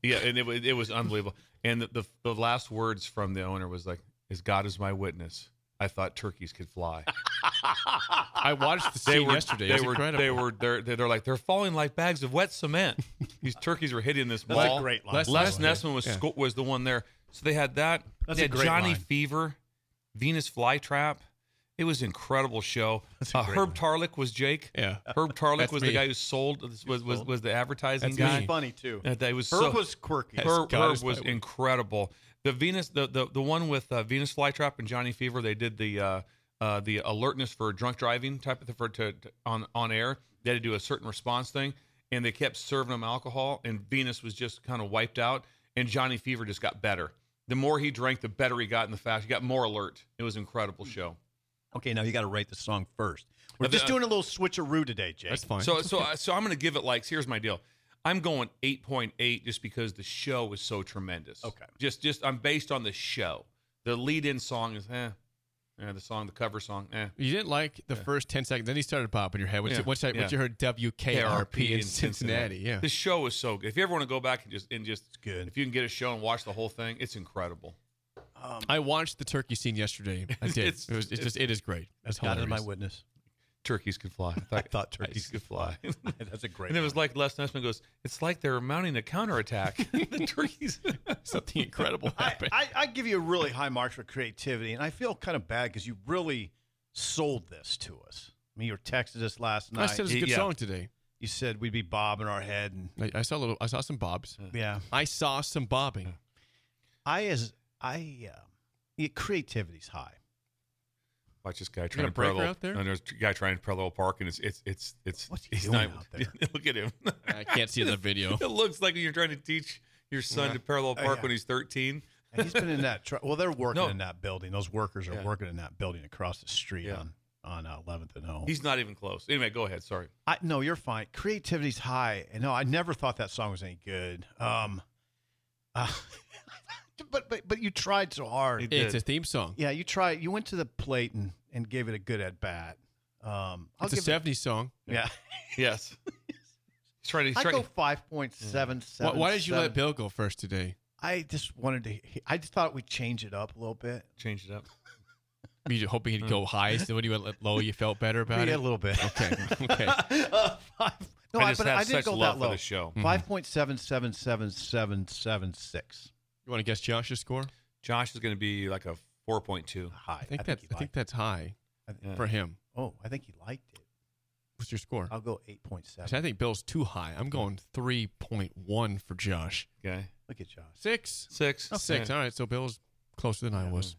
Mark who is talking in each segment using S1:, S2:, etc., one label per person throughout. S1: Yeah, and it, wa- it was unbelievable. And the, the the last words from the owner was like, "As God is my witness, I thought turkeys could fly."
S2: I watched the
S1: They
S2: scene
S1: were
S2: yesterday.
S1: They
S2: It was
S1: were
S2: incredible.
S1: they were they're, they're like they're falling like bags of wet cement. These turkeys were hitting this
S3: That's a
S1: ball.
S3: great line.
S1: Les, Les
S2: Les Nessman.
S1: Nessman was
S2: Yeah.
S1: sco- was the one there. So they had that.
S3: That's
S1: they
S3: a
S1: had
S3: great
S1: Johnny
S3: line.
S1: Fever, Venus Flytrap. It was an incredible show.
S3: That's a
S1: Uh,
S3: great
S1: Herb
S3: line.
S1: Tarlick was Jake.
S2: Yeah.
S1: Herb Tarlick
S2: That's
S1: was the
S2: me.
S1: guy who sold was was was, the advertising
S2: That's
S1: guy.
S2: me.
S3: funny too.
S1: Uh, that was
S3: Herb
S1: so-
S3: was quirky.
S2: Yes.
S1: Herb,
S2: God
S1: Herb
S2: is
S1: was
S2: my-
S1: incredible. The Venus, the the, the one with uh, Venus flytrap and Johnny Fever, they did the uh, uh, the alertness for drunk driving type of for to, to- on on air. They had to do a certain response thing, and they kept serving them alcohol. And Venus was just kind of wiped out, and Johnny Fever just got better. The more he drank, the better he got, and the faster he got more alert. It was an incredible
S2: Hmm.
S1: show.
S3: Okay, now you got to write the song first. We're
S1: Uh,
S3: just
S1: the-
S3: doing a little switcheroo today, Jake.
S2: That's fine.
S1: So so I- so I'm going to give it like here's my deal. I'm going 8.8 just because the show was so tremendous.
S3: Okay.
S1: Just just I'm based on the show. The lead-in song is eh, yeah, the song, the cover song, eh.
S2: you didn't like the first 10 seconds. Then you started popping your head once,
S1: Yeah.
S2: you, once, I, once
S1: Yeah.
S2: you heard WKRP in Cincinnati. Yeah.
S1: The show is so good. If you ever want to go back and just and just
S3: good.
S1: if you can get a show and watch the whole thing, it's incredible.
S2: I watched the turkey scene yesterday. I did.
S1: It's-
S2: it was, Um, it's just, it is great. It's
S3: God is my
S2: hilarious.
S3: witness.
S1: Turkeys can fly.
S3: I thought turkeys could fly. That's a great.
S1: And it was like Les Nessman goes, "It's like they're mounting a counterattack." the turkeys.
S2: Something incredible
S3: I,
S2: happened.
S3: I, I give you a really high marks for creativity, and I feel kind of bad because you really sold this to us. I mean, you texted us last
S2: I,
S3: night.
S2: said it's a good
S1: yeah.
S2: song today.
S3: you said we'd be bobbing our head, and
S2: I, I saw a little. I saw some bobs.
S3: yeah,
S2: I saw some bobbing.
S3: I as I, uh, yeah, creativity's high.
S1: Watch this guy
S2: got
S1: trying
S2: a
S1: to
S2: breaker
S1: parallel.
S2: out there?
S1: And there's a guy trying to parallel park, and it's it's it's it's.
S3: What's he
S1: it's
S3: doing out there?
S1: Look at him.
S2: I can't see it in the video.
S1: it looks like you're trying to teach your son to parallel
S3: Oh,
S1: park
S3: yeah.
S1: when he's 13.
S3: And he's been in that. Tr- well, they're working
S1: No.
S3: in that building. Those workers are
S1: Yeah.
S3: working in that building across the street
S1: Yeah.
S3: on on uh, 11th and O.
S1: He's not even close. Anyway, go ahead. Sorry.
S3: I no, you're fine. Creativity's high. And no, I never thought that song was any good. Um, uh, but but but you tried so hard.
S1: It-
S2: It's
S1: did.
S2: a theme song.
S3: yeah, you tried. You went to the plate and, and gave it a good at bat. Um, I'll
S2: It's a
S3: give it,
S2: '70s song.
S3: yeah.
S1: Yes. he's trying to. He's
S3: I
S1: trying,
S3: go five point seven
S2: Why,
S3: seven.
S2: why did you let Bill go first today?
S3: I just wanted to. he- I just thought we'd change it up a little bit.
S1: change it up.
S2: Were you hoping he'd go high? So when you went low, you felt better about
S3: Yeah, a
S2: it.
S3: little bit.
S2: Okay. Okay.
S3: Uh, five, no,
S1: I
S3: I,
S1: just
S3: but
S1: have
S3: I didn't
S1: such
S3: go
S1: love
S3: that low.
S1: for the show.
S2: Mm-hmm.
S3: Five point seven seven seven seven seven six.
S2: You want to guess Josh's score?
S1: Josh is going to be like a 4.2.
S3: High.
S2: I think
S3: I
S2: that's.
S3: he
S2: I think
S3: liked
S2: that's high
S3: it. I think-
S1: Yeah.
S2: for him.
S3: Oh, I think he liked it.
S2: What's your score?
S3: I'll go eight point
S2: See, I
S3: seven.
S2: think Bill's too high. I'm going 3.1 for Josh.
S1: Okay.
S3: Look at Josh.
S2: Six.
S1: Six.
S2: Oh, Six.
S1: Yeah.
S2: All right. So Bill's closer than I was.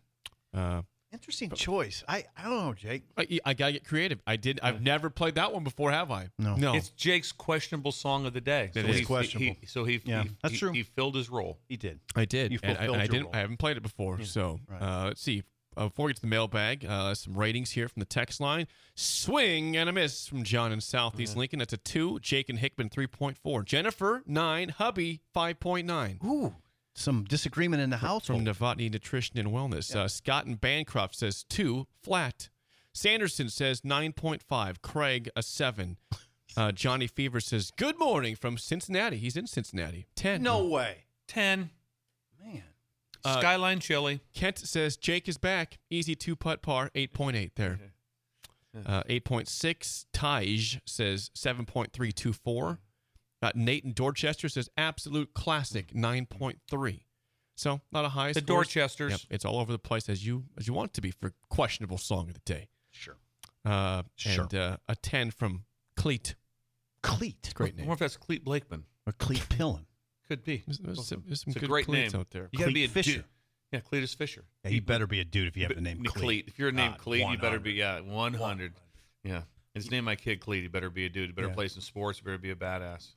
S2: Uh,
S3: Interesting choice. I, I don't know, Jake.
S2: I, I gotta get creative. I did. I've never played that one before, have I?
S3: No.
S2: No.
S1: It's Jake's questionable song of the day.
S2: It
S1: so
S2: is
S1: he-
S3: questionable.
S1: He, so he,
S3: Yeah,
S1: he-
S3: that's
S1: he-
S3: true.
S1: He filled his role.
S3: He did.
S2: I did.
S3: You
S2: and I,
S3: fulfilled
S2: and I
S3: your
S2: didn't.
S3: role. Hmm.
S2: I haven't played it before. so
S3: right.
S2: uh, let's see. Uh, before we get to the mailbag, uh, some ratings here from the text line. Swing and a miss from John in Southeast Lincoln. That's a two. Jake and Hickman three point four. Jennifer nine. Hubby five point nine.
S3: Ooh, some disagreement in the house.
S2: From Novotny Nutrition and Wellness. Uh, Scott and Bancroft says two flat. Sanderson says nine point five. Craig a seven. Uh, Johnny Fever says good morning from Cincinnati. He's in Cincinnati. Ten.
S3: no way,
S1: 10.
S3: man.
S2: Uh,
S1: Skyline Chili.
S2: Kent says Jake is back. Easy two putt par, 8.8 there. Uh, 8.6. Taj says 7.324. Uh, Nate in Dorchester says absolute classic, 9.3. So not a high
S1: The
S2: score.
S1: Dorchesters.
S2: Yep, it's all over the place as you as you want it to be for questionable song of the day.
S3: Sure.
S2: Uh,
S3: Sure.
S2: And uh, a 10 from Cleat.
S3: Cleat
S2: Great
S1: I
S2: name.
S1: wonder if that's Cleet Blakeman.
S3: or Cleat Pillin.
S1: Could be.
S2: There's- there's some- there's some
S1: it's a
S2: good
S1: great
S2: Cleats
S1: name.
S2: out there.
S1: You got to be a
S3: Cleet Fisher.
S1: dude. Yeah, Cletus Fisher.
S3: Yeah, you better be a dude if you have
S1: But-
S3: the name
S1: Cleet.
S3: Cleat.
S1: If you're named
S3: God,
S1: Cleet, you better be
S3: 100.
S1: yeah, 100. Yeah. It's name my kid Cleet. He better be a dude. He better
S3: Yeah.
S1: play some sports. He better be a badass.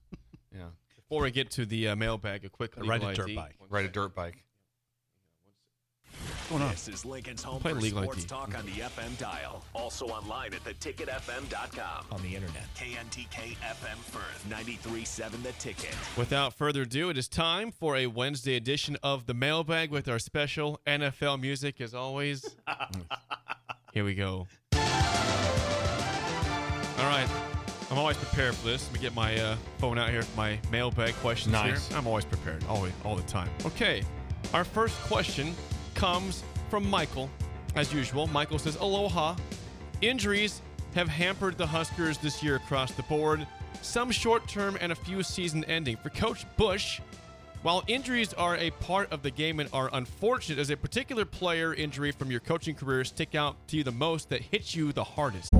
S1: Yeah.
S2: Before we get to the uh, mailbag, a quick
S3: I ride
S2: legal
S3: a dirt
S2: ID.
S3: bike.
S1: Ride a dirt bike.
S3: What's going on?
S4: This is Lincoln's home
S2: Play
S4: for
S2: Legal
S4: sports
S2: IT.
S4: talk on the FM dial. Also online at theticketfm.com.
S5: on the internet.
S4: KNTK FM Firth, 93.7 The Ticket.
S2: Without further ado, it is time for a Wednesday edition of the mailbag with our special NFL music, as always. Here we go. All right. I'm always prepared for this. Let me get my uh, phone out here for my mailbag questions
S1: Nice.
S2: here. I'm always prepared, always, all the time. Okay. Our first question comes from Michael. As usual, Michael says, Aloha. Injuries have hampered the Huskers this year across the board, some short term and a few season ending. For Coach Bush, while injuries are a part of the game and are unfortunate, does a particular player injury from your coaching career stick out to you the most that hits you the hardest?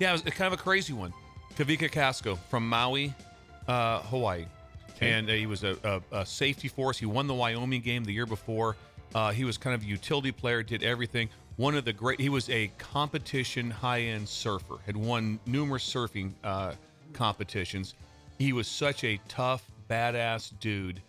S1: Yeah, it was kind of a crazy one. Kavika Casco from Maui, uh, Hawaii. And uh, he was a, a, a safety force. He won the Wyoming game the year before. Uh, he was kind of a utility player, did everything. One of the great, he was a competition high end surfer, had won numerous surfing uh, competitions. He was such a tough, badass dude.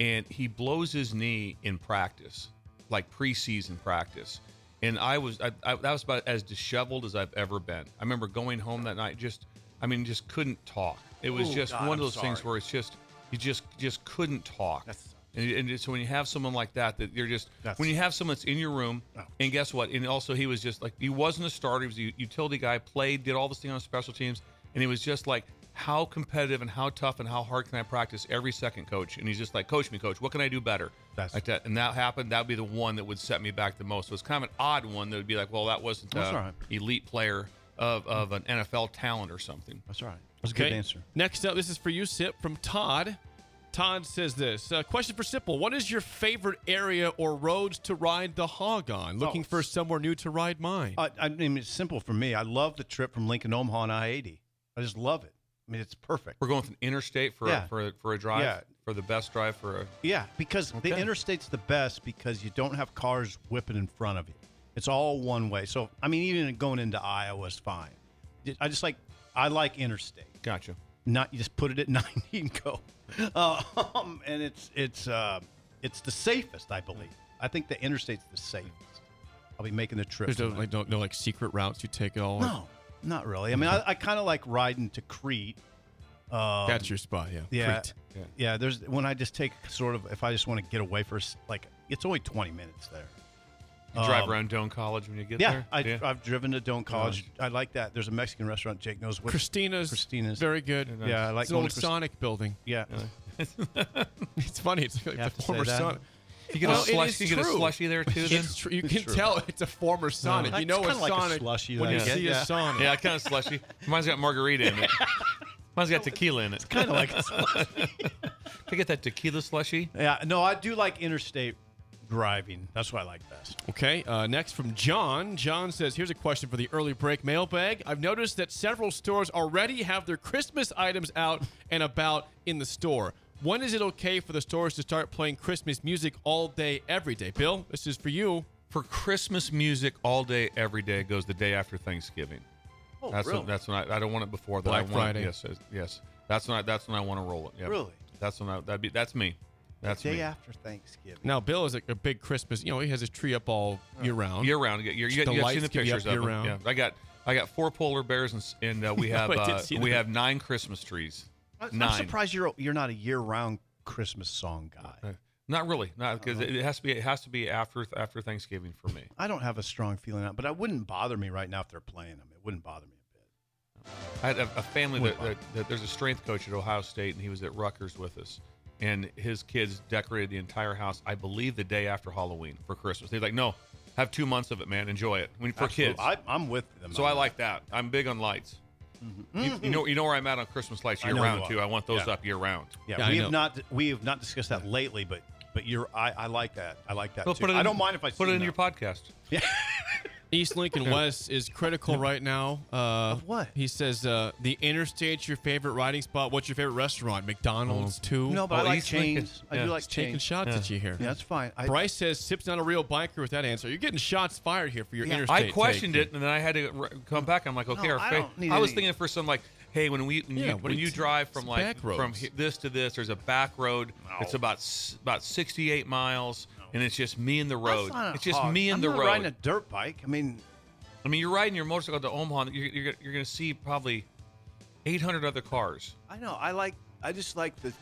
S1: And he blows his knee in practice, like preseason practice and I was I, I, that was about as disheveled as I've ever been. I remember going home that night, just I mean, just couldn't talk. It was
S3: Oh,
S1: just
S3: God,
S1: one of
S3: I'm
S1: those things
S3: sorry.
S1: where it's just you just just couldn't talk.
S3: That's-
S1: and, and it's- so when you have someone like that, that you're just
S3: That's-
S1: when you have someone that's in your room,
S3: Oh.
S1: and guess what? And also he was just like he wasn't a starter; he was a utility guy, played, did all this thing on special teams, and he was just like. How competitive and how tough and how hard can I practice every second, coach? And he's just like, coach me, coach. What can I do better?
S3: That's-
S1: like that, and that happened. That would be the one that would set me back the most. So it's kind of an odd one that would be like, well, that wasn't
S3: That's
S1: an
S3: all right.
S1: elite player of, of an NFL talent or something.
S3: That's all right. That's a good answer.
S2: Next up, this is for you, Sip, from Todd. Todd says this uh, question for Sipple What is your favorite area or roads to ride the hog on? Looking
S3: Oh.
S2: for somewhere new to ride mine.
S3: I, I mean, it's simple for me. I love the trip from Lincoln, to Omaha, on I eighty. I just love it. I mean, it's perfect.
S1: We're going from interstate for
S3: Yeah.
S1: for for a drive
S3: Yeah.
S1: for the best drive for a.
S3: Yeah, because the
S1: Okay.
S3: interstate's the best because you don't have cars whipping in front of you. It's all one way. So I mean, even going into Iowa is fine. I just like I like interstate.
S1: Gotcha.
S3: Not you just put it at ninety and go. Uh, um, and it's it's uh, it's the safest, I believe. I think the interstate's the safest. I'll be making the trip.
S2: There's no
S3: tonight.
S2: like, no, no like secret routes you take at all.
S3: no, not really. I mean, I, I kind of like riding to Crete. Um,
S2: That's your spot, yeah.
S3: yeah,
S2: Crete.
S3: yeah. There's when I just take sort of if I just want to get away for s- like it's only 20 minutes there.
S1: You drive
S3: Um,
S1: around Doane College when you get
S3: Yeah,
S1: there.
S3: I, I've driven to Doan College. I like that. There's a Mexican restaurant Jake knows what.
S2: Christina's,
S3: Christina's.
S2: very good.
S3: yeah, I like
S2: It's an old
S3: going to Chris-
S2: Sonic building.
S3: Yeah,
S2: It's funny. It's like
S3: You have
S2: the
S3: to say
S2: former
S3: that.
S2: Sonic.
S1: you get
S2: Well,
S1: a
S2: it
S1: slush.
S2: is
S1: You get a
S2: true.
S1: slushy there too. Then.
S2: It's true. You
S3: It's
S2: can
S3: true.
S2: tell it's a former Sonic. You
S3: It's
S2: know a
S3: kinda like a
S2: Sonic
S3: slushy that
S2: when
S3: I
S2: you
S3: get,
S2: see
S3: yeah.
S2: a Sonic.
S1: yeah, kind of slushy. Mine's got margarita in it. Mine's got tequila in it.
S3: kind of like.
S1: Did I get that tequila slushy?
S3: yeah, no, I do like interstate driving. That's what I like best.
S2: Okay, uh, next from John. John says, Here's a question for the early break mailbag. I've noticed that several stores already have their Christmas items out and about in the store. When is it okay for the stores to start playing Christmas music all day, every day? Bill, this is for you.
S1: for Christmas music all day, every day goes the day after Thanksgiving.
S3: Oh,
S1: that's
S3: really?
S1: when, that's when I, I don't want it before that. I
S2: Black
S1: want
S2: Friday.
S1: It, yes, yes, yes. That's when I that's when I want to roll it. Yep.
S3: Really?
S1: That's when I that'd be that's me. That's
S3: Day
S1: me.
S3: after Thanksgiving.
S2: Now, Bill is like a big Christmas, you know, he has his tree up all year round.
S1: Year round. You, you, you,
S2: The
S1: you've
S2: lights
S1: seen the
S2: can be up
S1: pictures of
S2: year
S1: them.
S2: round.
S1: Yeah. I got I got four polar bears and s- and uh, we have
S2: I did
S1: uh,
S2: see
S1: we
S2: that.
S1: have nine Christmas trees.
S3: I'm
S1: nine.
S3: surprised you're you're not a year-round Christmas song guy.
S1: Not really, not
S3: Uh-huh.
S1: because it it has to be. It has to be after after Thanksgiving for me.
S3: I don't have a strong feeling out, but it wouldn't bother me right now if they're playing them. It wouldn't bother me a bit.
S1: I had a, a family that, that, that there's a strength coach at Ohio State, and he was at Rutgers with us. And his kids decorated the entire house, I believe, the day after Halloween for Christmas. They're like, "No, have two months of it, man. Enjoy it when, for
S3: Absolutely.
S1: kids."
S3: I, I'm with them.
S1: so
S3: on
S1: I
S3: that.
S1: like that. I'm big on lights. You, you know, you know where I'm at on Christmas lights
S3: Mm-hmm. I
S1: year
S3: know you
S1: round
S3: are.
S1: too. I want those
S3: Yeah.
S1: up year round.
S3: Yeah,
S2: Yeah, I
S3: we
S2: know.
S3: have not we have not discussed that lately, but but you're I, I like that. I like that.
S1: Well,
S3: too. I don't mind if I
S1: put it
S3: see
S1: in
S3: them.
S1: your podcast.
S2: East Lincoln West is critical right now. Uh,
S3: Of what?
S2: He says uh, the interstate's your favorite riding spot. What's your favorite restaurant? McDonald's too.
S3: No, but
S1: Oh,
S3: I like
S1: East Lincoln.
S3: chains. I
S1: Yeah.
S3: do like
S1: It's
S2: taking
S3: chains.
S2: shots at you here.
S3: Yeah, that's fine. I,
S2: Bryce says Sip's not a real biker with that answer. You're getting shots fired here for your interstate.
S1: I questioned
S2: take.
S1: it, and then I had to re- come back. I'm like, okay,
S3: No,
S1: our
S3: I
S1: fa-
S3: don't need
S1: I was
S3: any-
S1: thinking for some like, hey, when we when,
S2: Yeah,
S1: you,
S2: what
S1: when
S2: do you
S1: you
S2: t-
S1: drive from
S2: it's
S1: like
S2: back roads.
S1: from he- this to this, there's a back road. It's about s- about 68 miles, and it's just me and the
S3: That's
S1: road.
S3: not a
S1: It's just
S3: hog.
S1: me and
S3: I'm
S1: the
S3: not
S1: road.
S3: Riding a dirt bike. I mean,
S1: I mean, you're riding your motorcycle to Omaha. and You're you're, gonna- you're going to see probably 800 other cars.
S3: I know. I like. I just like the.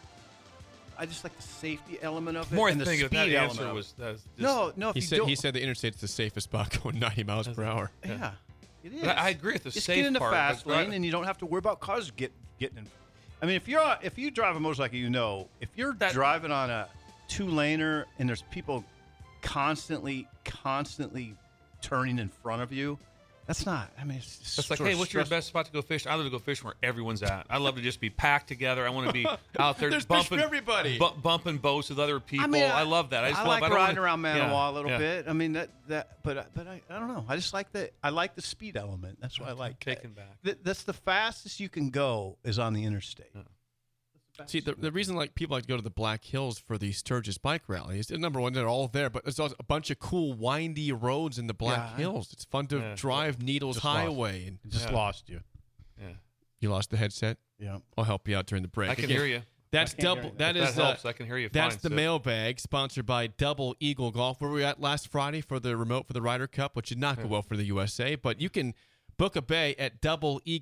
S3: I just like the safety element of it.
S1: More I
S3: and the
S1: think
S3: speed
S1: if that
S3: element.
S1: answer
S3: of it.
S1: was that's just-
S3: no, no. If
S2: He
S3: you
S2: said
S3: don't,
S2: he said the interstate's the safest spot going 90 miles per hour.
S3: Yeah, it is.
S1: But I- I agree with the
S3: just
S1: safe
S3: get in the
S1: part, but
S3: fast
S1: it's not-
S3: lane, and you don't have to worry about cars get getting. in. I mean, if you're if you drive a motorcycle, you know if you're
S1: That-
S3: driving on a two laner and there's people constantly, constantly turning in front of you. That's not. I mean, it's just
S1: It's like,
S3: sort
S1: hey,
S3: of
S1: what's
S3: stressful.
S1: your best spot to go fish? I love to go fishing where everyone's at. I love to just be packed together. I want to be out there
S2: There's fish for
S1: bumping
S2: everybody.
S1: bu- bumping boats with other people. I, love that. I just love.
S3: like
S1: I don't
S3: riding
S1: wanna-
S3: around Manawa
S1: yeah,
S3: a little
S1: yeah.
S3: bit. I mean that that, but I- but I, I don't know. I just like the I like the speed element. That's what I like.
S1: Taken back.
S3: Th- that's the fastest you can go is on the interstate.
S2: See, the, the reason like people like to go to the Black Hills for the Sturgis Bike Rally is number one, they're all there, but there's also a bunch of cool windy roads in the Black
S3: Yeah.
S2: Hills. It's fun to
S1: Yeah.
S2: drive Needles
S3: Just lost.
S2: Highway. And
S3: Just lost you.
S1: Yeah.
S2: you lost the headset.
S3: Yeah.
S2: I'll help you out during the break.
S1: I can
S2: Again,
S1: hear you.
S2: That's
S3: I can't hear
S2: double.
S3: you.
S2: That
S1: If
S2: is
S1: that helps,
S2: uh,
S1: I can hear you
S2: That's
S1: fine,
S2: the
S1: Sid.
S2: mailbag sponsored by Double Eagle Golf, where we were at last Friday for the remote for the Ryder Cup, which did
S1: Hmm.
S2: not go well for the USA. But you can book a bay at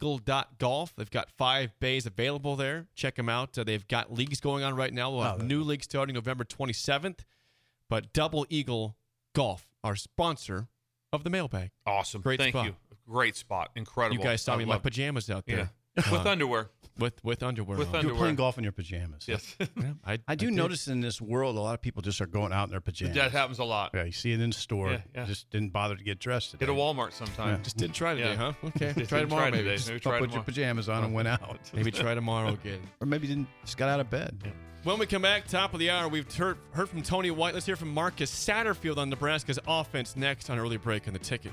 S2: doubleeagle.golf. They've got five bays available there. Check them out. Uh, they've got leagues going on right
S3: Oh,
S2: now. We'll have new leagues starting November 27th. But Double Eagle Golf, our sponsor of the mailbag.
S1: Awesome.
S2: Great
S1: Thank
S2: spot.
S1: you. Great spot. Incredible.
S2: You guys saw
S1: I
S2: me in my
S1: love-
S2: pajamas out
S1: Yeah.
S2: there.
S1: With
S2: Uh,
S1: underwear.
S2: with with underwear.
S1: with
S2: on.
S1: under-
S3: You're playing
S1: Underwear.
S3: golf in your pajamas.
S1: Yes.
S2: Yeah,
S3: I do
S2: did.
S3: notice in this world, a lot of people just are going out in their pajamas.
S1: that happens a lot.
S3: Yeah, you see it in the store.
S1: Yeah, yeah.
S3: Just didn't bother to get dressed today.
S1: Hit a Walmart sometime.
S2: Just didn't try today,
S1: Yeah.
S2: huh? Okay.
S1: Just
S2: try
S1: didn't
S2: tomorrow,
S1: try
S2: maybe.
S1: today.
S2: Just
S1: Maybe
S3: Up
S1: try
S3: with your
S1: tomorrow.
S3: pajamas on and went out,
S2: Maybe try tomorrow again.
S3: or maybe didn't just got out of bed.
S2: When we come back, top of the hour, we've heard, heard from Tony White. Let's hear from Marcus Satterfield on Nebraska's offense next on early break on the ticket.